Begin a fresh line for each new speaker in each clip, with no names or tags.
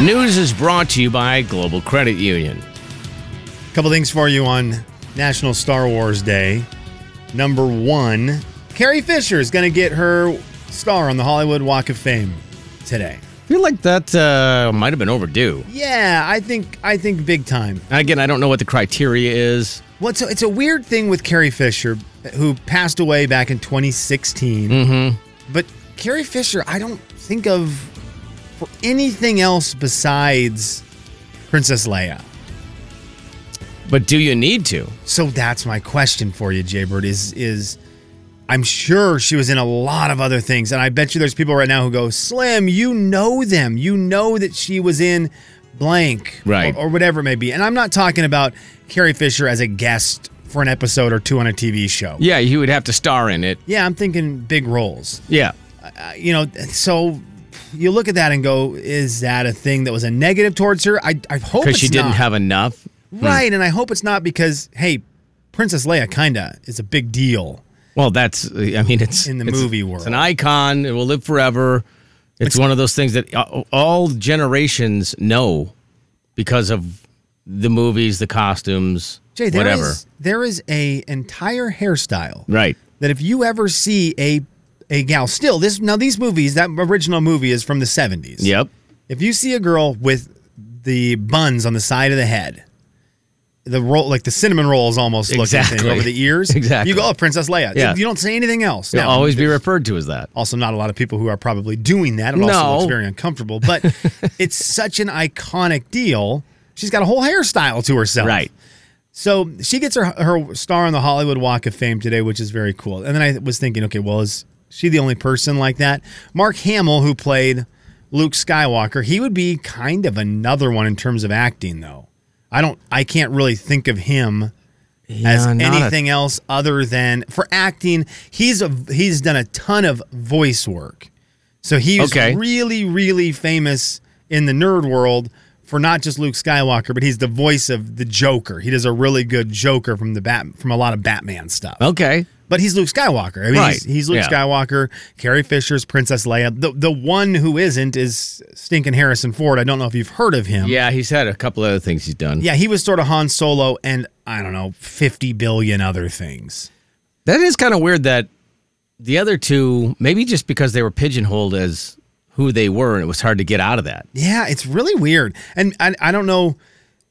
News is brought to you by Global Credit Union.
Couple things for you on National Star Wars Day. Number one, Carrie Fisher is going to get her star on the Hollywood Walk of Fame today.
feel like that uh, might have been overdue.
Yeah, I think I think big time.
And again, I don't know what the criteria is.
Well, it's a, it's a weird thing with Carrie Fisher, who passed away back in 2016. But Carrie Fisher, I don't think of for anything else besides Princess Leia.
But do you need to?
So that's my question for you, Jaybird. Is is I'm sure she was in a lot of other things, and I bet you there's people right now who go, Slim, you know them. You know that she was in blank,
Right.
or, or whatever it may be. And I'm not talking about Carrie Fisher as a guest for an episode or two on a TV show.
Yeah, you would have to star in it.
Yeah, I'm thinking big roles.
Yeah.
Uh, you know, so you look at that and go, is that a thing that was a negative towards her? I, I hope
Because she
it's
didn't
not.
have Hmm. enough.
Right, and I hope it's not because hey, Princess Leia kinda is a big deal.
Well, that's, I mean, it's
In the
it's-
movie
It's
world.
an icon. It will live forever. It's one of those things that a- all generations know because of the movies, the costumes,
Jay, there
whatever.
is- there is a entire hairstyle
Right.
that if you ever see a a gal still this now these movies that original movie is from the seventies.
Yep.
If you see a girl with the buns on the side of the head, the roll like the cinnamon rolls almost looking
Exactly.
thing over the ears.
Exactly.
You go, oh, Princess Leia.
Yeah.
You don't say anything else.
It'll
Now,
always be referred to as that.
also not a lot of people who are probably doing that. It
No.
also looks very uncomfortable, but it's such an iconic deal. She's got a whole hairstyle to herself.
Right.
So she gets her her star on the Hollywood Walk of Fame today, which is very cool. And then I was thinking, okay, well, is she the only person like that? Mark Hamill, who played Luke Skywalker, he would be kind of another one in terms of acting, though. I don't, I can't really think of him as
Yeah, not a-
anything else other than for acting. He's a he's done a ton of voice work, so he's
Okay.
really really famous in the nerd world for not just Luke Skywalker, but he's the voice of the Joker. He does a really good Joker from the bat from a lot of Batman stuff.
Okay.
But he's Luke Skywalker. I mean,
Right.
he's, he's Luke
Yeah.
Skywalker. Carrie Fisher's Princess Leia. The the one who isn't is stinking Harrison Ford. I don't know if you've heard of him.
Yeah, he's had a couple other things he's done.
Yeah, he was sort of Han Solo and I don't know, 50 billion other things.
That is kind of weird that the other two, maybe just because they were pigeonholed as who they were, and it was hard to get out of that.
Yeah, it's really weird. And I, I don't know,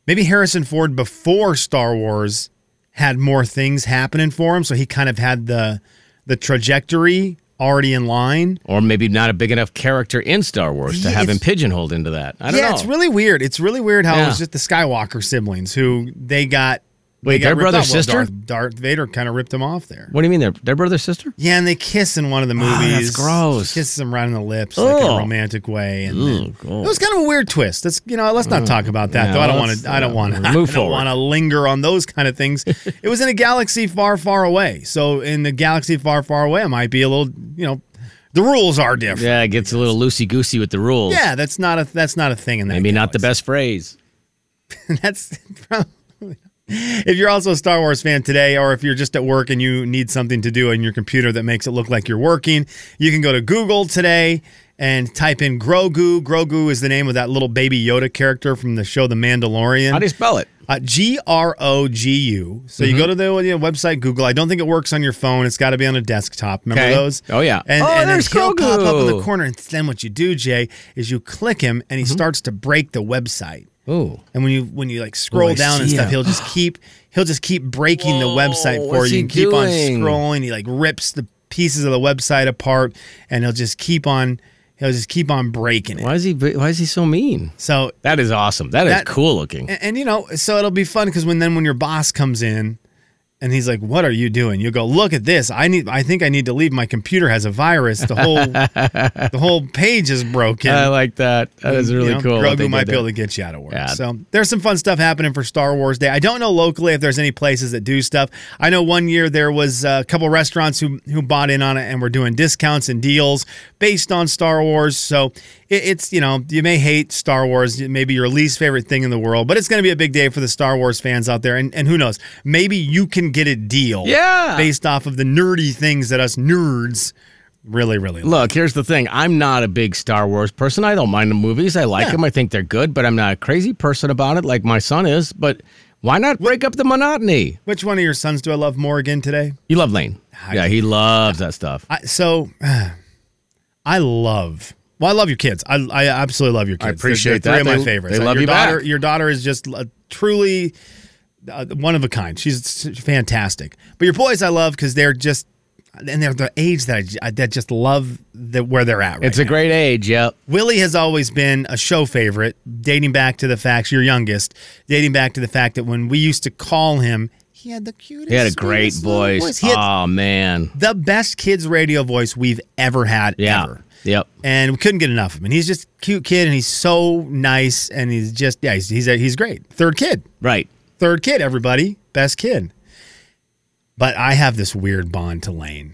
maybe Harrison Ford before Star Wars had more things happening for him, so he kind of had the the trajectory already in line.
Or maybe not a big enough character in Star Wars to
Yeah,
have him
it's-
pigeonholed into that. I don't
yeah,
know.
it's really weird. It's really weird how it was
Yeah.
just the Skywalker siblings who they got.
Wait,
they got
they're
ripped
brother,
off. Well,
sister?
Darth, Darth Vader kind of ripped them off there.
what do you mean? They're, they're brother sister?
Yeah, and they kiss in one of the movies.
Ah, that's gross.
She kisses him right on the lips, like in a
Ugh.
romantic way. And
Ooh,
then-
God.
it was kind of a weird twist. That's you know, let's not talk about that
No,
though. I don't want
let's,
to. I don't
uh,
want to.
move
I don't
forward.
want to linger on those kind of things. it was in a galaxy far, far away. So in the galaxy far, far away, it might be a little. You know, the rules are different.
Yeah, it gets a little loosey goosey with the rules.
Yeah, that's not a that's not a thing in that.
Maybe not the
galaxy.
best phrase.
that's probably- if you're also a Star Wars fan today, or if you're just at work and you need something to do on your computer that makes it look like you're working, you can go to Google today and type in Grogu. Grogu is the name of that little baby Yoda character from the show The
How do
Mandalorian.
you Mm-hmm. spell it?
Uh, G R O G U. So you go to the you know, website Google. I don't think it works on your phone. It's got to be on a desktop. Remember
Okay.
those?
Oh, yeah.
And,
Oh,
and
there's
then he'll pop up in the
Grogu. Mm-hmm.
corner. And then what you do, Jay, is you click him, and he starts to break the website.
Ooh.
And when you when you like scroll
Oh, I
down and
see
stuff,
it.
he'll just keep he'll just keep breaking the
Whoa,
website for
what's
you.
he
You keep on
doing?
scrolling. He like rips the pieces of the website apart, and he'll just keep on he'll just keep on breaking it.
Why is he? Why is he so mean?
So
That is awesome. that is
That-
cool looking.
and, and, you know so it'll be fun because when then when your boss comes in and he's like, "What are you doing?" You go, "Look at this. I need. I think I need to leave. My computer has a virus. The whole the whole page is broken."
I like that. That is
you
really
know,
cool. what they
Grogu might
did
be able
there.
to get you out of work.
Yeah.
So there's some fun stuff happening for Star Wars Day. I don't know locally if there's any places that do stuff. I know one year there was uh, a couple restaurants who who bought in on it and were doing discounts and deals based on Star Wars. So it, it's you know you may hate Star Wars, maybe your least favorite thing in the world, but it's going to be a big day for the Star Wars fans out there. And and who knows, maybe you can get a deal.
Yeah.
Based off of the nerdy things that us nerds Really, really low.
Look, here's the thing. I'm not a big Star Wars person. I don't mind the movies. I like
Yeah.
them. I think they're good, but I'm not a crazy person about it like my son is. But why not break up the monotony?
Which one of your sons do I love more again today?
You love Lane. Yeah, he loves that stuff.
I, so I love. Well, I love your kids. I, I absolutely love your kids.
appreciate
They're-
that.
they're Three of my
They-
favorites.
they love
your
you back.
daughter, Your daughter is just uh, truly uh, one of a kind. She's s- fantastic. But your boys, I love because they're just and they're the age that I j- I, that just love the, where they're at. Right
It's a great age. Yep.
Willie has always been a show favorite, dating back to the fact your youngest, dating back to the fact that when we used to call him, he had the cutest.
He had a great
sweetest little
voice.
voice. He had
oh man.
the best kids radio voice we've ever had.
Yeah.
Ever.
Yep.
And we couldn't get enough of him. And he's just a cute kid, and he's so nice, and he's just yeah, he's he's, he's great. Third kid,
Right.
third kid, everybody, best kid. But I have this weird bond to Lane.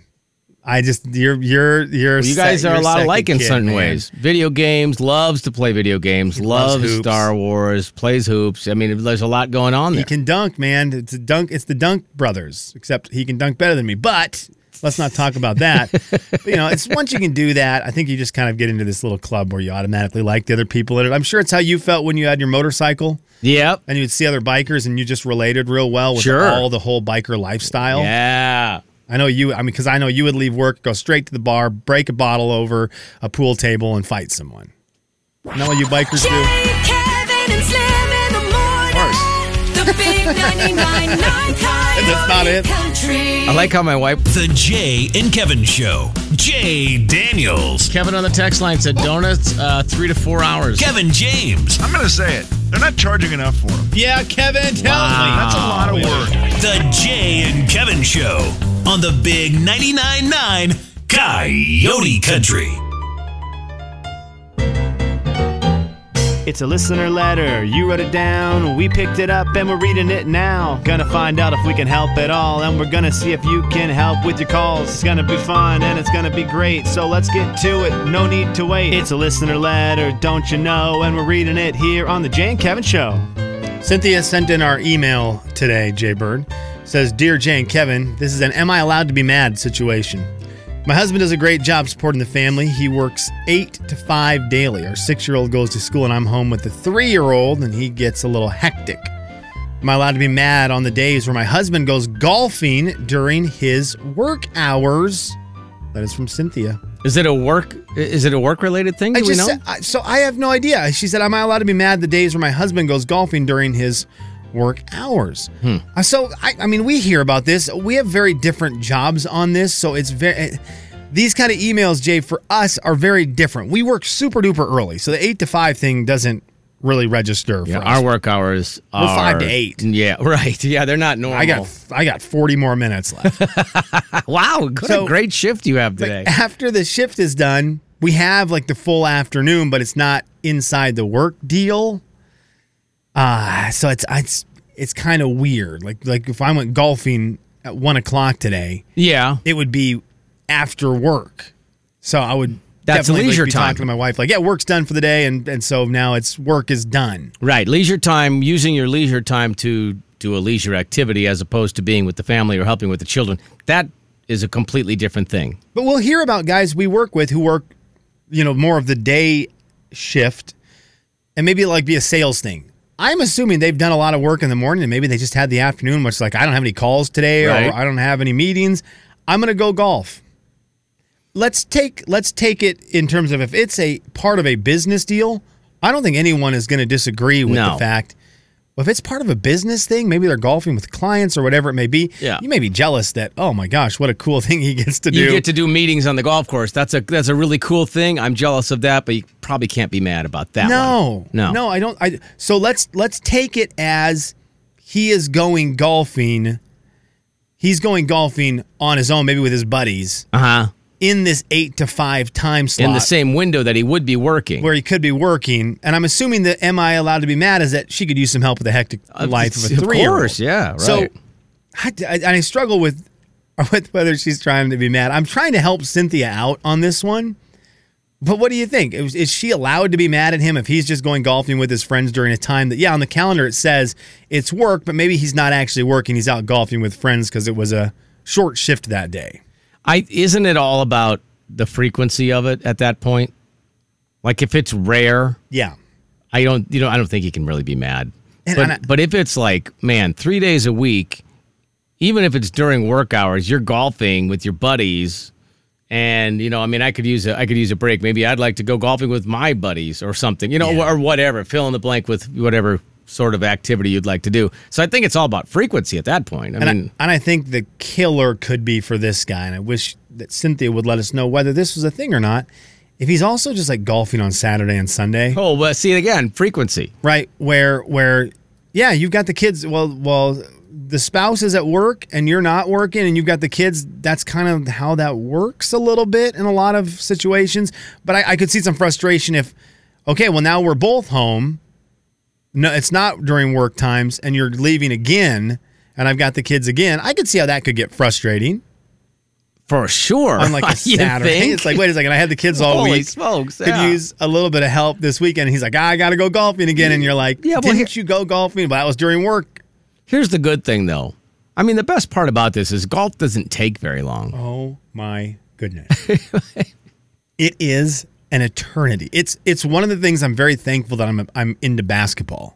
I just you're you're you're
You
sec-
guys are
you're
a lot
second
alike in
kid,
certain
man.
ways. Video games, loves to play video games,
loves
loves,
hoops.
Star Wars, plays hoops. I mean, there's a lot going on there.
He can dunk, man. It's a dunk. It's the Dunk Brothers, except he can dunk better than me. But let's not talk about that. But, you know, it's once you can do that, I think you just kind of get into this little club where you automatically like the other people in it. I'm sure it's how you felt when you had your motorcycle
yep.
and you'd see other bikers and you just related real well with
Sure.
all the whole biker lifestyle.
Yeah.
I know you. I mean, because I know you would leave work, go straight to the bar, break a bottle over a pool table, and fight someone. Not what you bikers do.
Jay, Kevin, and Slim in the morning. The big 99.9
That's not
Coyote
it.
Country.
I like how my wife
The Jay and Kevin Show. Jay Daniels.
Kevin on the text line said donuts uh, three to four hours.
Kevin James.
I'm going to say it. They're not charging enough for them.
Yeah, Kevin, tell me.
That's a lot of work.
The Jay and Kevin Show on the Big 99.9 9 Coyote Country.
It's a listener letter. You wrote it down. We picked it up and we're reading it now. Gonna find out if we can help at all. And we're gonna see if you can help with your calls. It's gonna be fun and it's gonna be great. So let's get to it. No need to wait. It's a listener letter, don't you know? And we're reading it here on The Jane Kevin Show.
Cynthia sent in our email today, Jay Bird. Says, Dear Jay and Kevin, this is an am I allowed to be mad situation. My husband does a great job supporting the family. He works eight to five daily. Our six year old goes to school, and I'm home with the three year old, and he gets a little hectic. Am I allowed to be mad on the days where my husband goes golfing during his work hours? That is from Cynthia.
Is it a work? Is it a work related thing? Do
I
we
just
know?
said- I- so I have no idea. She said, "Am I allowed to be mad the days where my husband goes golfing during his work hours?"
Hmm.
Uh, So I, I mean, we hear about this. We have very different jobs on this, so it's very. These kind of emails, Jay, for us are very different. We work super duper early, so the eight to five thing doesn't really register for
yeah,
us.
our work hours are
five to eight.
Yeah, right. Yeah, they're not normal.
I got I got forty more minutes left.
wow, what
So-
a great shift you have today.
after the shift is done, we have like the full afternoon, but it's not inside the work deal. Uh so it's it's it's kind of weird. Like like if I went golfing at one o'clock today,
yeah,
it would be after work. So I would
That's
definitely, like,
leisure
be
time.
talking to my wife like, yeah, work's done for the day, and and so now it's work is done.
right. Leisure time, using your leisure time to do a leisure activity as opposed to being with the family or helping with the children. That is a completely different thing.
But we'll hear about guys we work with who work, you know, more of the day shift and maybe like be a sales thing. I'm assuming they've done a lot of work in the morning and maybe they just had the afternoon, which is like, I don't have any calls today
Right.
or I don't have any meetings. I'm gonna go golf. Let's take let's take it in terms of if it's a part of a business deal, I don't think anyone is gonna disagree with
No.
the fact well, if it's part of a business thing, maybe they're golfing with clients or whatever it may be.
Yeah.
You may be jealous that, oh my gosh, what a cool thing he gets to do.
You get to do meetings on the golf course. That's a that's a really cool thing. I'm jealous of that, but you probably can't be mad about that.
No,
one. no,
no. I don't. I so let's let's take it as he is going golfing. He's going golfing on his own, maybe with his buddies,
Uh huh.
in this eight to five time slot
In the same window that he would be working.
where he could be working. And I'm assuming that am I allowed to be mad is that she could use some help with the hectic life of a
Of
three year old.
course, yeah,
So
right.
I, I, and I struggle with with whether she's trying to be mad. I'm trying to help Cynthia out on this one. But what do you think? Is, is she allowed to be mad at him if he's just going golfing with his friends during a time that, yeah, on the calendar it says it's work, but maybe he's not actually working. He's out golfing with friends because it was a short shift that day.
I isn't it all about the frequency of it at that point. Like if it's rare,
Yeah.
I don't you know I don't think you can really be mad.
And-
but
and I-
but if it's like man, three days a week, even if it's during work hours, you're golfing with your buddies, and you know I mean I could use a I could use a break. Maybe I'd like to go golfing with my buddies or something, you know, or whatever. Fill in the blank with whatever sort of activity you'd like to do. So I think it's all about frequency at that point. I
And I,
mean,
and I think the killer could be for this guy, and I wish that Cynthia would let us know whether this was a thing or not. If he's also just like golfing on Saturday and Sunday,
oh well, see again, frequency.
right? Where where, yeah, you've got the kids. Well, well, the spouse is at work and you're not working, and you've got the kids. That's kind of how that works a little bit in a lot of situations. But I, I could see some frustration if, okay, well now we're both home. No, it's not during work times, and you're leaving again, and I've got the kids again. I could see how that could get frustrating.
For sure.
on like a
You
Saturday.
think?
It's like, wait a second, I had the kids all
Holy
week.
smokes,
Could
yeah.
use a little bit of help this weekend. He's like, ah, I got to go golfing again. And you're like,
Yeah, well,
didn't
here-
you go golfing? But that was during work.
Here's the good thing though. I mean, the best part about this is golf doesn't take very long.
Oh my goodness. it is an eternity. It's it's one of the things I'm very thankful that I'm I'm into basketball.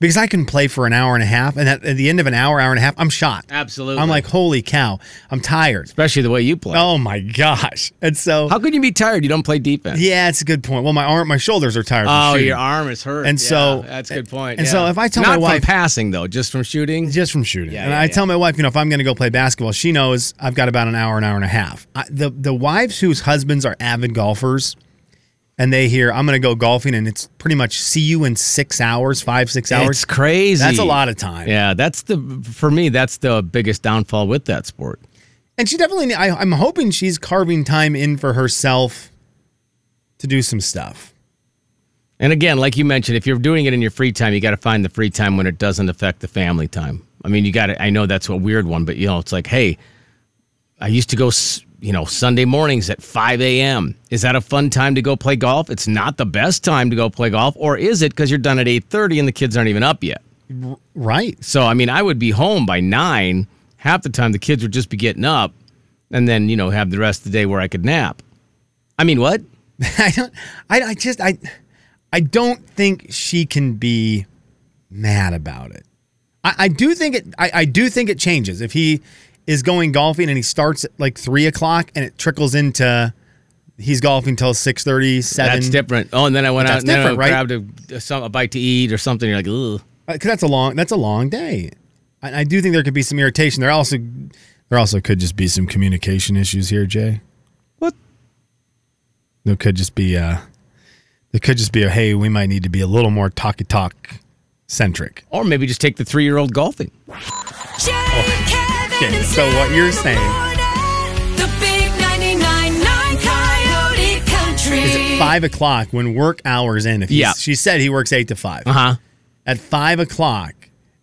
Because I can play for an hour and a half, and at, at the end of an hour, hour and a half, I'm shot.
Absolutely.
I'm like, holy cow, I'm tired.
especially the way you play.
Oh my gosh. And so,
How could you be tired? You don't play defense.
yeah, it's a good point. Well, my arm, my shoulders are tired. from
Oh,
shooting.
your arm is hurt.
And
Yeah,
so-
that's a good point.
and
yeah.
so if I tell
Not
my wife-
from passing though, just from shooting.
just from shooting.
Yeah,
and
yeah,
I
yeah.
tell my wife, you know, if I'm going to go play basketball, she knows I've got about an hour, an hour and a half. I, the the wives whose husbands are avid golfers, and they hear I'm going to go golfing, and it's pretty much see you in six hours, five six hours.
it's crazy.
That's a lot of time.
Yeah, that's the for me. That's the biggest downfall with that sport.
And she definitely, I, I'm hoping she's carving time in for herself to do some stuff.
And again, like you mentioned, if you're doing it in your free time, you got to find the free time when it doesn't affect the family time. I mean, you got to, I know that's a weird one, but you know, it's like, hey, I used to go, s- you know, Sunday mornings at 5 a.m. Is that a fun time to go play golf? It's not the best time to go play golf, or is it because you're done at 8.30 and the kids aren't even up yet?
Right.
So, I mean, I would be home by nine. Half the time, the kids would just be getting up and then, you know, have the rest of the day where I could nap. I mean, what?
I don't. I, I just I I don't think she can be mad about it. I, I do think it. I, I do think it changes if he is going golfing and he starts at like three o'clock and it trickles into he's golfing till six thirty seven.
That's different. Oh, and then I went
That's
out and then I
different, right?
grabbed a, some, a bite to eat or something. You're like, ugh.
Because Uh, that's a long. That's a long day. I, I do think there could be some irritation. There also there also could just be some communication issues here, Jay.
What?
There could just be uh there could just be a hey, we might need to be a little more talky talk centric.
Or maybe just take the three year old golfing.
Jay, Kevin,
oh, okay,
and
so
Slim
what you're
in the
saying-
morning. The big 99.9 Coyote Country.
Is it five o'clock when work hours end? If he's-
Yeah.
she said he works eight to 5
Uh
Uh-huh.
huh.
At five o'clock,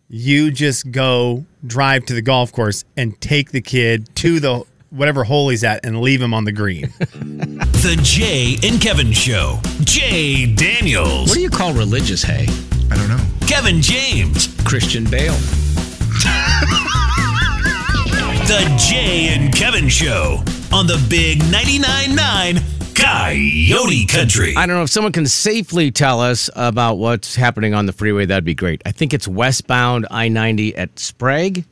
you just go drive to the golf course and take the kid to the whatever hole he's at and leave him on the green.
The Jay and Kevin Show. Jay Daniels.
What do you call religious hay?
I don't know.
Kevin James.
Christian Bale.
The Jay and Kevin Show on the Big 99.9 9 Coyote Country.
I don't know if someone can safely tell us about what's happening on the freeway. That'd be great. I think it's westbound I 90 at Sprague.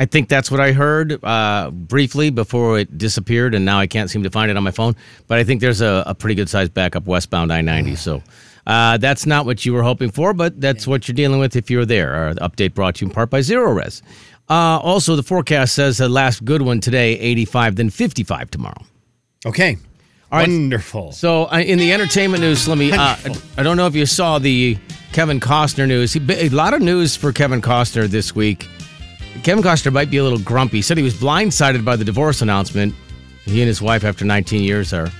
I think that's what I heard uh, briefly before it disappeared, and now I can't seem to find it on my phone. But I think there's a, a pretty good sized backup westbound I 90. So uh, that's not what you were hoping for, but that's what you're dealing with if you're there. Our update brought to you in part by Zero Res. Uh, also, the forecast says the last good one today, 85, then 55 tomorrow.
Okay.
right.
Wonderful.
So uh, in the entertainment news, Slimmy, uh, I don't know if you saw the Kevin Costner news. He, a lot of news for Kevin Costner this week. Kevin Costner might be a little grumpy. He said he was blindsided by the divorce announcement. He and his wife, after 19 years, are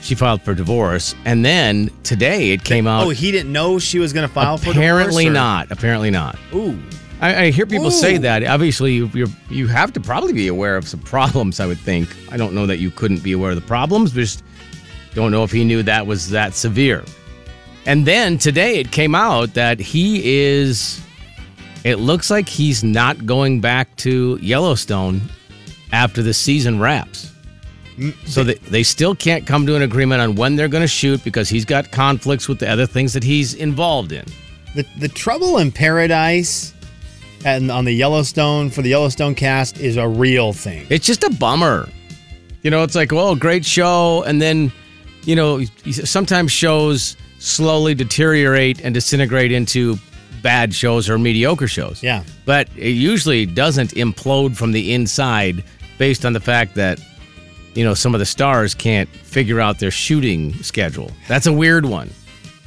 she filed for divorce, and then today it came out.
oh, he didn't know she was going to file for
apparently
divorce, or-
not. Apparently not.
Ooh.
I, I hear people say
Ooh.
that. Obviously, you you're, you have to probably be aware of some problems. I would think. I don't know that you couldn't be aware of the problems. But just don't know if he knew that was that severe. And then today it came out that he is. It looks like he's not going back to Yellowstone after the season wraps. So they, they still can't come to an agreement on when they're going to shoot because he's got conflicts with the other things that he's involved in.
The, the Trouble in Paradise and on the Yellowstone for the Yellowstone cast is a real thing.
It's just a bummer. You know, it's like, well, great show. And then, you know, sometimes shows slowly deteriorate and disintegrate into bad shows or mediocre shows.
Yeah.
But it usually doesn't implode from the inside based on the fact that, you know, some of the stars can't figure out their shooting schedule. That's a weird one.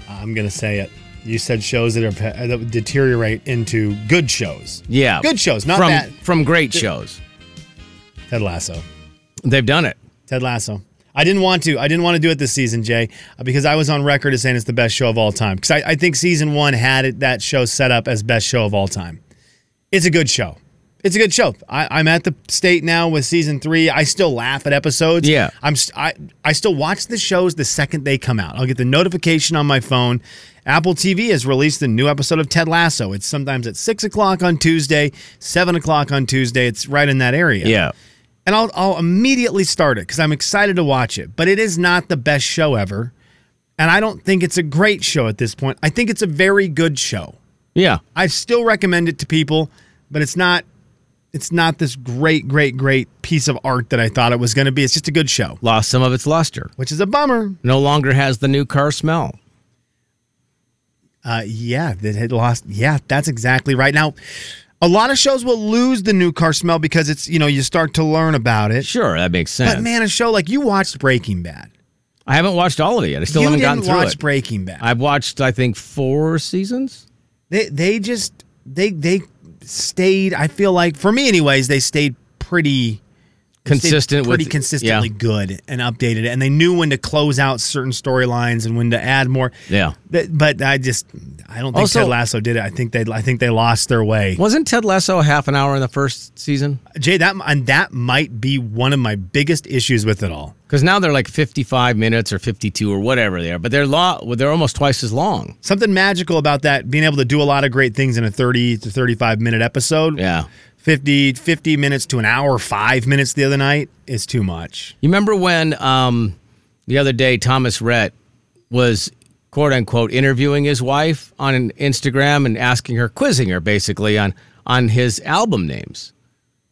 I'm going to say it. You said shows that are that would deteriorate into good shows.
Yeah.
Good shows, not
from,
bad.
From great shows.
Ted Lasso.
They've done it.
Ted Lasso. I didn't want to. I didn't want to do it this season, Jay, uh, because I was on record as saying it's the best show of all time. Because I, I think season one had it, that show set up as best show of all time. It's a good show. It's a good show. I, I'm at the state now with season three. I still laugh at episodes.
Yeah.
I'm. st- I I still watch the shows the second they come out. I'll get the notification on my phone. Apple TV has released a new episode of Ted Lasso. It's sometimes at six o'clock on Tuesday, seven o'clock on Tuesday. It's right in that area
Yeah.
and I'll, I'll immediately start it because I'm excited to watch it. But it is not the best show ever. And I don't think it's a great show at this point. I think it's a very good show.
Yeah.
I still recommend it to people, but it's not it's not this great, great, great piece of art that I thought it was gonna be. It's just a good show.
Lost some of its luster.
Which is a bummer.
No longer has the new car smell.
Uh, yeah, that had lost. Yeah, that's exactly right. Now, a lot of shows will lose the new car smell because it's you know you start to learn about it.
Sure, that makes sense.
But man, a show like you watched Breaking Bad.
I haven't watched all of it yet. I still
you
haven't
didn't
gotten through
watch
it.
Breaking Bad.
I've watched, I think, four seasons.
they they just they they stayed i feel like for me anyways they stayed pretty they stayed
Consistent with
pretty consistently
Yeah.
good and updated it and they knew when to close out certain storylines and when to add more
Yeah.
Th- but i just i don't think
Also-
ted lasso did it i think they i think they lost their way
Wasn't Ted Lasso half an hour in the first season?
jay that and that might be one of my biggest issues with it all
Because now they're like fifty-five minutes or fifty-two or whatever they are, but they're lo- well, they're almost twice as long.
something magical about that being able to do a lot of great things in a 30 to 35 minute episode
Yeah.
50 50 minutes to an hour 5 minutes the other night is too much
You remember when um, the other day Thomas Rhett was quote unquote interviewing his wife on an Instagram and asking her, quizzing her basically on on his album names.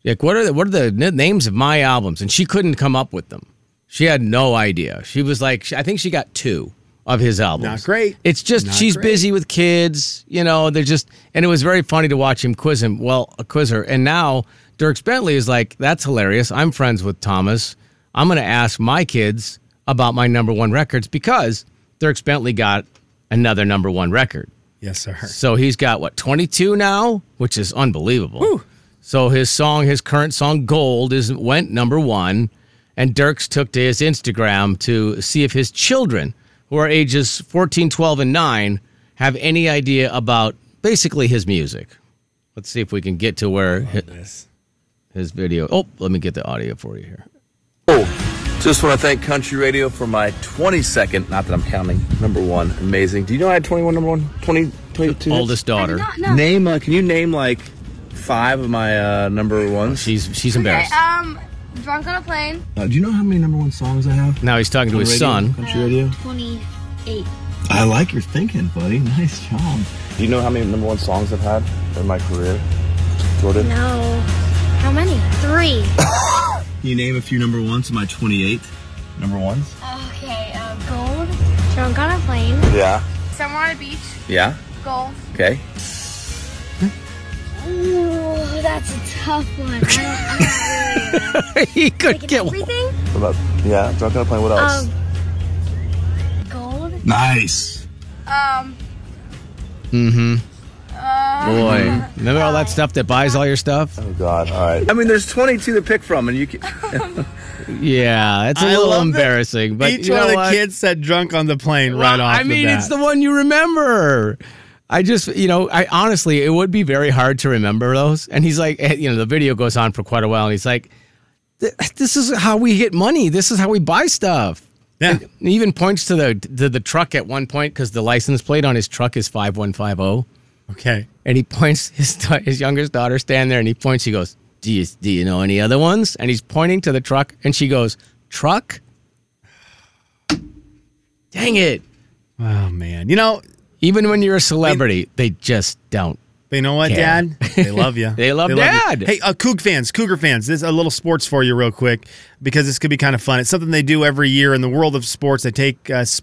Like what are the, what are the n- names of my albums? And she couldn't come up with them. She had no idea. She was like, I think she got two of his albums.
Not great.
It's just
Not
she's
great.
busy with kids. You know, they're just and it was very funny to watch him quiz him. Well, a quizzer. And now Dirks Bentley is like, that's hilarious. I'm friends with Thomas. I'm going to ask my kids about my number one records because Dirks Bentley got another number one record.
Yes, sir.
So he's got what 22 now, which is unbelievable. So his song, his current song Gold is went number 1 and Dirks took to his Instagram to see if his children who are ages 14, 12 and 9 have any idea about basically his music. Let's see if we can get to where hi- his, video. Oh, let me get the audio for you here.
Just want to thank Country Radio for my 22nd, not that I'm counting, number one. Amazing. Do you know I had 21 number one? 20, 22?
Oldest daughter.
Name, uh, can you name like five of my uh, number ones?
She's she's embarrassed.
Um, drunk on a plane.
Uh, do you know how many number one songs I have?
Now he's talking to his son.
Country Radio?
Uh, Twenty-eight.
I like your thinking, buddy. Nice job.
Do you know how many number one songs I've had in my career? Jordan?
No. How many? Three.
Can you name a few number ones of my 28 number ones?
okay. Uh, gold. Drunk on a plane.
Yeah.
Somewhere on a beach.
Yeah?
Golf.
Okay.
Ooh, that's a tough one. I don't, I don't really know.
he could
Like
get one.
everything.
What about, yeah, Drunk on a Plane, what else?
Um, gold.
Nice.
Um,
Boy, remember all that stuff that buys all your stuff?
oh, God. All right. I mean, there's 22 to pick from, and you can.
Yeah, it's a
I
little
love that
embarrassing. But
Each
you
one
know
of the
what?
kids said drunk on the plane right
Well,
off
I mean,
the bat.
it's the one you remember. I just, you know, I honestly, it would be very hard to remember those. And he's like, eh, you know, the video goes on for quite a while, and he's like, "Th- "This is how we get money. This is how we buy stuff."
yeah.
And he even points to the to the truck at one point because the license plate on his truck is five one five oh. zero,
Okay.
and he points his da- his youngest daughter standing there, and he points. He goes, "Do you do you know any other ones?" And he's pointing to the truck, and she goes, truck? Dang it.
Oh man, you know,
Even when you're a celebrity, they just don't.
but you know what,
Yeah.
Dad? They love you.
They love
you.
Dad.
Hey, uh, Coug fans, Cougar fans, this is a little sports for you, real quick, because this could be kind of fun. It's something they do every year in the world of sports. They take uh, s-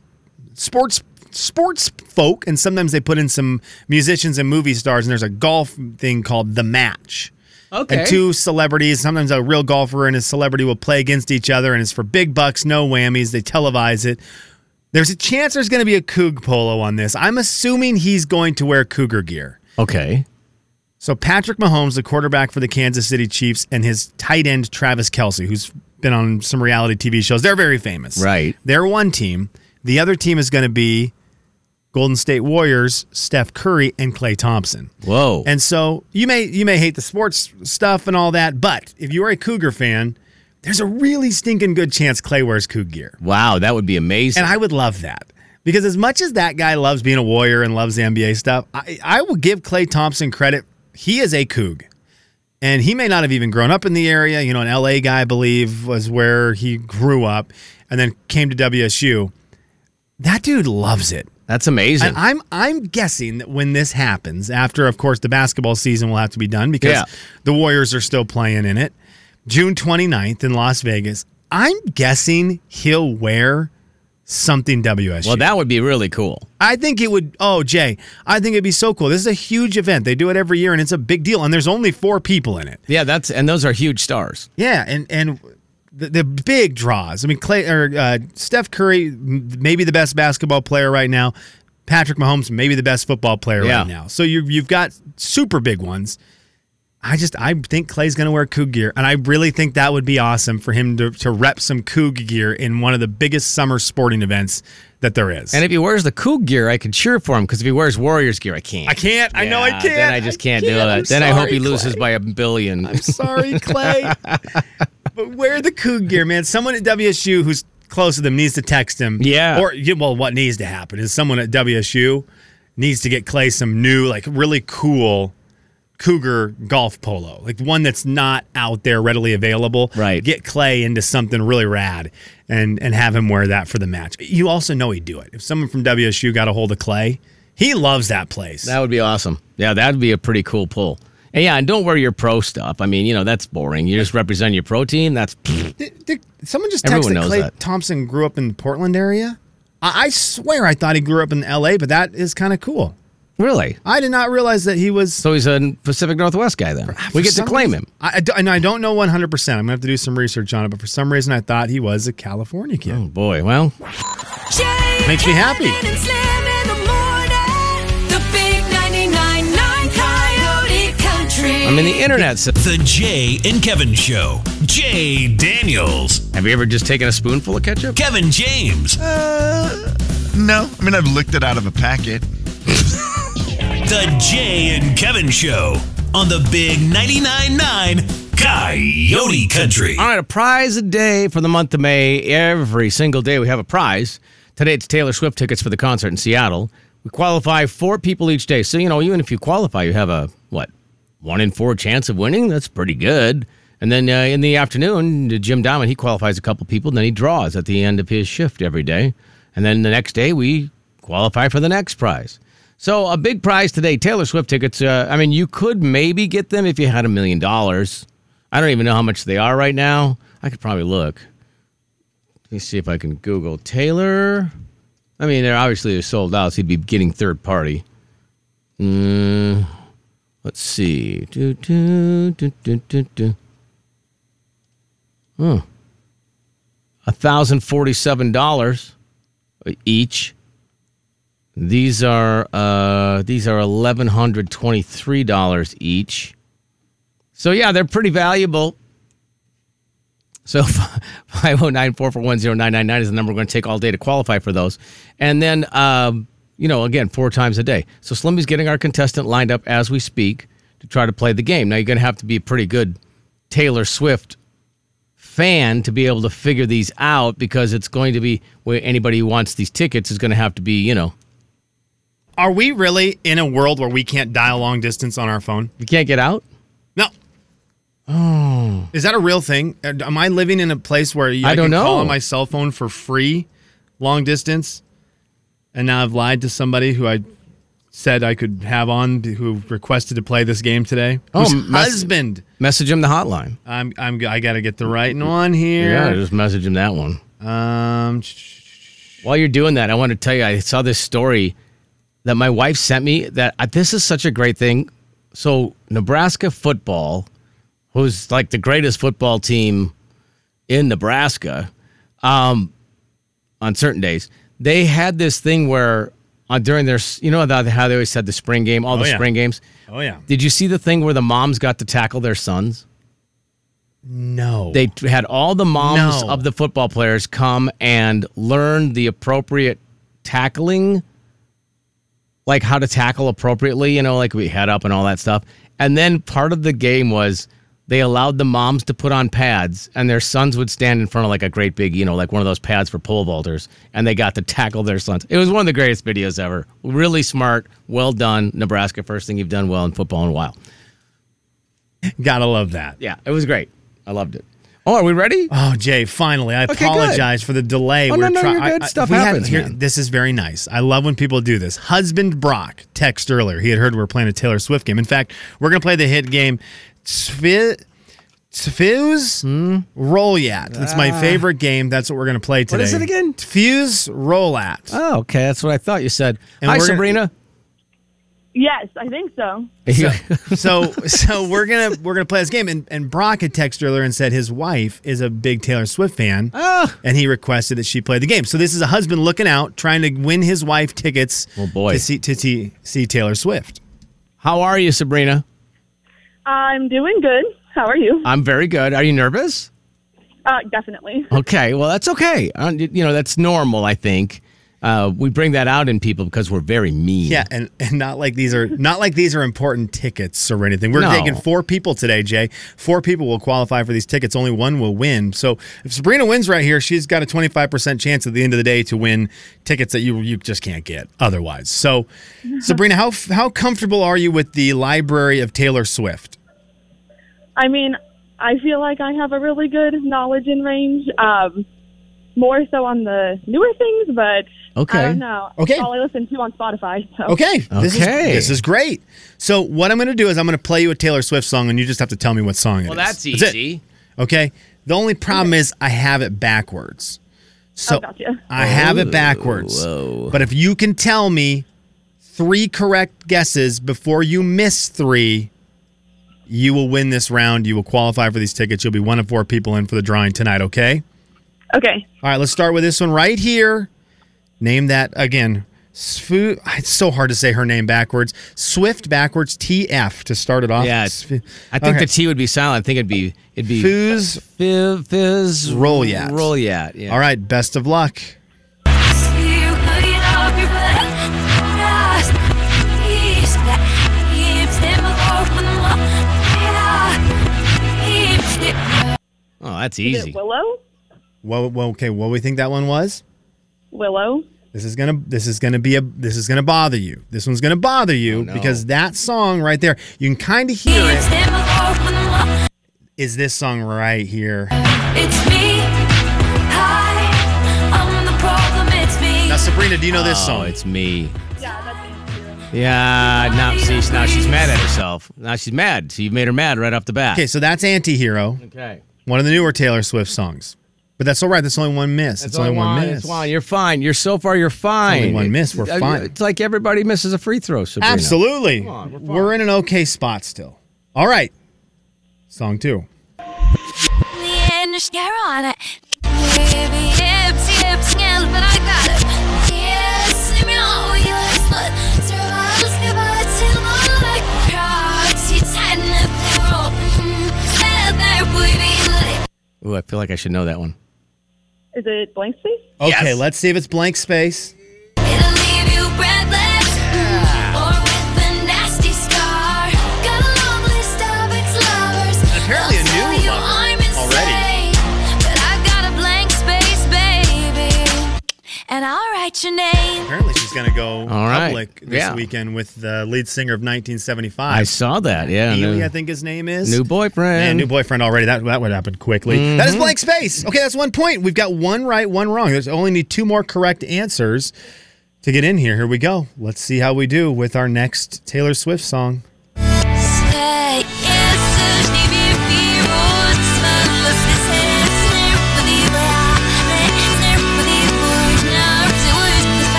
sports sports folk, and sometimes they put in some musicians and movie stars. And there's a golf thing called the match. And two celebrities, sometimes a real golfer and a celebrity will play against each other, and it's for big bucks, no whammies. They televise it. There's a chance there's going to be a Coug polo on this. I'm assuming he's going to wear Cougar gear.
Okay.
So Patrick Mahomes, the quarterback for the Kansas City Chiefs, and his tight end Travis Kelsey, who's been on some reality TV shows, they're very famous.
Right.
They're one team. The other team is going to be Golden State Warriors, Steph Curry, and Clay Thompson.
Whoa.
And so you may you may hate the sports stuff and all that, but if you are a Cougar fan, there's a really stinking good chance Clay wears Cougar gear.
wow, that would be amazing.
And I would love that. Because as much as that guy loves being a warrior and loves the NBA stuff, I, I will give Clay Thompson credit. He is a Coug. And he may not have even grown up in the area. You know, an LA guy, I believe, was where he grew up and then came to WSU. That dude loves it.
That's amazing.
And I'm I'm guessing that when this happens, after of course the basketball season will have to be done because
Yeah.
the Warriors are still playing in it, June 29th in Las Vegas. I'm guessing he'll wear something WSU.
well, that would be really cool.
I think it would. Oh, Jay, I think it'd be so cool. This is a huge event. They do it every year, and it's a big deal. And there's only four people in it.
Yeah, that's and those are huge stars.
Yeah, and and the, the big draws. I mean, Clay or uh, Steph Curry, m- maybe the best basketball player right now. Patrick Mahomes, maybe the best football player
Yeah.
right now. So you you've got super big ones. I just I think Clay's going to wear Coug gear, and I really think that would be awesome for him to to rep some Coug gear in one of the biggest summer sporting events that there is.
And if he wears the cool gear, I can cheer for him because if he wears Warriors gear, I can't.
I can't. I know I
Yeah,
can't.
Then I just can't, do it.
I'm
then I hope
sorry,
he loses
Clay.
by a billion.
I'm sorry, Clay. but wear the Coug gear, man. Someone at WSU who's close to them needs to text him.
Yeah.
Or, you- well, what needs to happen is someone at WSU needs to get Clay some new, like, really cool Cougar golf polo, like one that's not out there readily available.
Right.
Get Clay into something really rad and and have him wear that for the match. You also know he'd do it. If someone from WSU got a hold of Clay, he loves that place.
That would be awesome. Yeah, that'd be a pretty cool pull. And yeah, and don't wear your pro stuff. I mean, you know, that's boring. You just represent your pro team. That's
Did, did, someone just
Everyone
texted that
knows
Clay
that.
Thompson grew up in the Portland area. I, I swear I thought he grew up in L.A., but that is kind of cool.
really.
I did not realize that he was.
So he's a Pacific Northwest guy then. we
for
get to
some
claim
reason-
him.
I, I do- and I don't know 100. percent I'm gonna have to do some research on it, but for some reason I thought he was a California kid.
Oh boy. Well,
Jay,
Makes me happy.
Kevin, and Slim in the morning. The big 99.9 Coyote Country.
I mean, the internet says.
The Jay and Kevin Show. Jay Daniels,
Have you ever just taken a spoonful of ketchup?
Kevin James,
No, I mean I've licked it out of a packet.
The Jay and Kevin Show on the Big 99.9 Coyote Country.
All right, a prize a day for the month of May. Every single day we have a prize. Today it's Taylor Swift tickets for the concert in Seattle. We qualify four people each day. So, you know, even if you qualify, you have a, what, one in four chance of winning? That's pretty good. And then uh, in the afternoon, Jim Diamond, he qualifies a couple people, and then he draws at the end of his shift every day. And then the next day, we qualify for the next prize. So, a big prize today Taylor Swift tickets. Uh, I mean, you could maybe get them if you had a million dollars. I don't even know how much they are right now. I could probably look. Let me see if I can Google Taylor. I mean, they're obviously they're sold out, so he'd be getting third party. Mm, let's see. Do, do, do, do, do, do. Oh. $1,047 each. These are uh, these are eleven hundred twenty three dollars each. So yeah, they're pretty valuable. So 509-441-0999 is the number we're going to take all day to qualify for those. And then um, you know, again, four times a day. So Slimmy's getting our contestant lined up as we speak to try to play the game. Now you're going to have to be a pretty good Taylor Swift fan to be able to figure these out because it's going to be where anybody who wants these tickets is going to have to be, you know,
Are we really in a world where we can't dial long distance on our phone?
you can't get out.
No. Is that a real thing? Am I living in a place where you,
Oh. I
I,
don't
can
know.
call on my cell phone for free, long distance, and now I've lied to somebody who I said I could have on, who requested to play this game today?
Oh,
Whose
mess-
husband.
Message him the hotline.
I'm, I'm, I got to get the right one
Yeah,
here.
just message him that one.
Um,
While you're doing that, I want to tell you I saw this story that my wife sent me that uh, this is such a great thing. So, Nebraska football, who's like the greatest football team in Nebraska um, on certain days, they had this thing where uh, during their, s- you know, the- how they always said the spring game, all the
Oh, yeah.
spring games.
oh yeah.
Did you see the thing where the moms got to tackle their sons?
No.
they t- had all the moms
No.
of the football players come and learn the appropriate tackling like how to tackle appropriately you know like we head up and all that stuff and then part of the game was they allowed the moms to put on pads and their sons would stand in front of like a great big you know like one of those pads for pole vaulters and they got to tackle their sons it was one of the greatest videos ever really smart well done nebraska first thing you've done well in football in a while
Gotta love that.
yeah it was great i loved it oh are we ready
Oh, Jay, finally, I
good.
apologize for the delay.
Oh, no, no, you're good.
I- I-
Stuff
we had-
happens,
here-
man.
This is very nice. I love when people do this. Husband Brock text earlier. He had heard we were playing a Taylor Swift game. In fact, we're going to play the hit game Tfi- Tfuse Roll Yat. It's my favorite game. That's what we're going to play today.
Ah. is it again?
Tfuse Roll At.
Oh, okay. That's what I thought you said.
And
Hi,
we're gonna-
Sabrina.
Yes, I think so.
so so we're gonna we're gonna play this game and, and Brock had texted earlier and said his wife is a big Taylor Swift fan and he requested that she play the game. So this is a husband looking out trying to win his wife tickets
Oh, boy.
to see to see, see Taylor Swift.
How are you, Sabrina?
I'm doing good. How are you?
I'm very good. Are you nervous?
Uh, definitely.
Okay. Well, that's okay. Uh, y- You know, that's normal, I think. Uh, we bring that out in people because we're very mean.
Yeah, and, and not like these are not like these are important tickets or anything. We're
No.
taking four people today, Jay. Four people will qualify for these tickets. Only one will win. So if Sabrina wins right here, she's got a twenty five percent chance at the end of the day to win tickets that you you just can't get otherwise. So, Sabrina, how f- how comfortable are you with the library of Taylor Swift?
I mean, I feel like I have a really good knowledge and range. Um, more so on the newer things, but
Okay.
I don't know.
Okay.
It's all I listen to on Spotify. So.
Okay, this is
Okay.
this is great. So what I'm going to do is I'm going to play you a Taylor Swift song, and you just have to tell me what song it is.
Well, that's
it.
easy.
Okay. The only problem is I have it backwards. So
Oh, gotcha.
I have it backwards. But if you can tell me three correct guesses before you miss three, you will win this round. You will qualify for these tickets. You'll be one of four people in for the drawing tonight, okay?
Okay.
All right, let's start with this one right here. Name that again. Sfu- ah, it's so hard to say her name backwards. Swift backwards, TF to start it off.
Yeah.
Sf-
I think
Okay.
the T would be silent. I think it'd be it'd be
Fooz
fizz, fizz
Roll Yat.
Roll yat. Yeah.
All right, best of luck.
Oh, that's
Is
easy.
it Willow?
Well, well, okay. What we think that one was?
Willow?
This is gonna. This is gonna be a. This is gonna bother you. This one's gonna bother you
Oh,
because that song right there. You can kind of hear it. Is this song right here?
It's me. Hi, I'm the problem. It's me.
Now, Sabrina, do you know this
Oh,
song?
it's me.
Yeah, that's it.
Yeah. Now, see, now she's mad at herself. Now she's mad. So you've made her mad right off the bat.
okay, so that's "Antihero,"
Okay.
one of the newer Taylor Swift songs. But that's all right. That's only one miss.
That's
it's only one, miss.
It's one. You're fine. You're so far. You're fine.
only one miss. We're
It's- uh,
fine.
It's like everybody misses a free throw. Sabrina.
Absolutely.
on, we're
we're,
fine.
in an okay spot still. All right. Song two.
mm,
Ooh, I feel like I should know that one.
Is it Blank Space?
Okay,
Yes.
let's see if it's blank space. Apparently a new lover already.
And I'll write your name.
Apparently she's got going to go
All right.
public this
Yeah.
weekend with the lead singer of 1975.
I saw that. Yeah.
Ely,
new-
I think his name is.
New boyfriend.
Man, new boyfriend already. That that would happen quickly. That is
Mhm.
blank space. Okay, that's one point. We've got one right, one wrong. There's only need two more correct answers to get in here. Here we go. Let's see how we do with our next Taylor Swift song.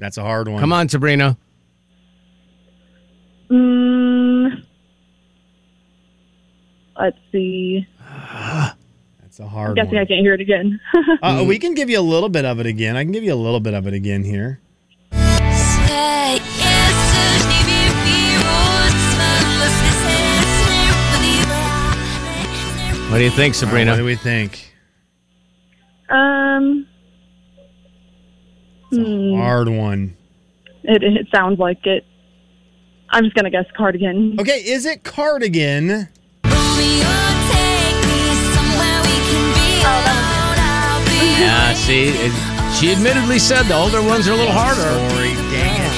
That's a hard one.
Come on, Sabrina.
Mm, let's see.
That's a
I'm
hard
guessing I
one.
can't hear it again.
Uh, we can give you a little bit of it again. I can give you a little bit of it again here.
What do you think,
All right,
Sabrina?
what do we think?
um, hmm,
Hard one.
it, it sounds like it. I'm just gonna guess cardigan.
Okay, is it Cardigan?
Ah, see, it- she admittedly said the older ones are a little harder.
Sorry, damn.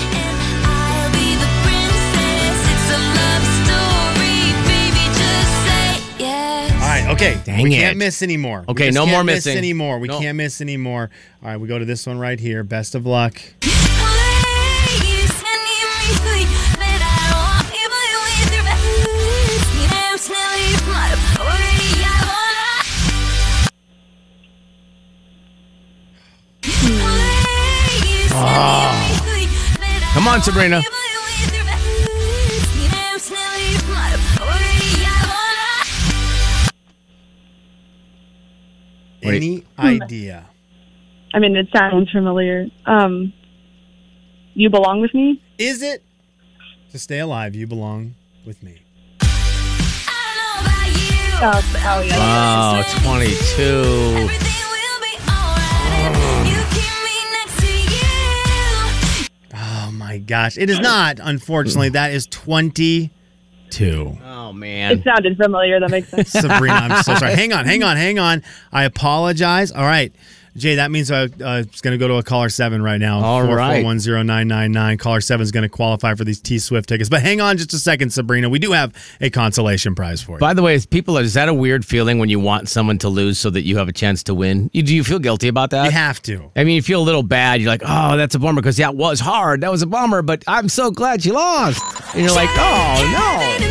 All right, okay.
Dang
we
it.
can't miss anymore. We
Okay,
just
no more
can't miss
missing.
anymore. We
No.
can't miss anymore. All right, we go to this one right here. Best of luck.
Ah.
Come on, Sabrina. Wait. Hmm.
Any idea?
I mean, it sounds familiar. Um, you belong with me.
Is it to stay alive? You belong with me.
Oh, oh yeah.
Wow, 22.
Oh my gosh, it is
Hmm.
not. Unfortunately, that is twenty-two.
Oh,
It
man.
sounded familiar. That makes sense.
Sabrina, I'm so sorry. Hang on, hang on, hang on. I apologize. All right. Jay, that means I, uh, it's going to go to a caller seven right now.
All right.
4410999. Caller seven is going to qualify for these T Swift tickets. But hang on just a second, Sabrina. We do have a consolation prize for you.
By the way, people, is that a weird feeling when you want someone to lose so that you have a chance to win? You, do you feel guilty about that?
you have to.
I mean, you feel a little bad. You're like, oh, that's a bummer because that was hard. That was a bummer, but I'm so glad you lost. And you're like, oh, no.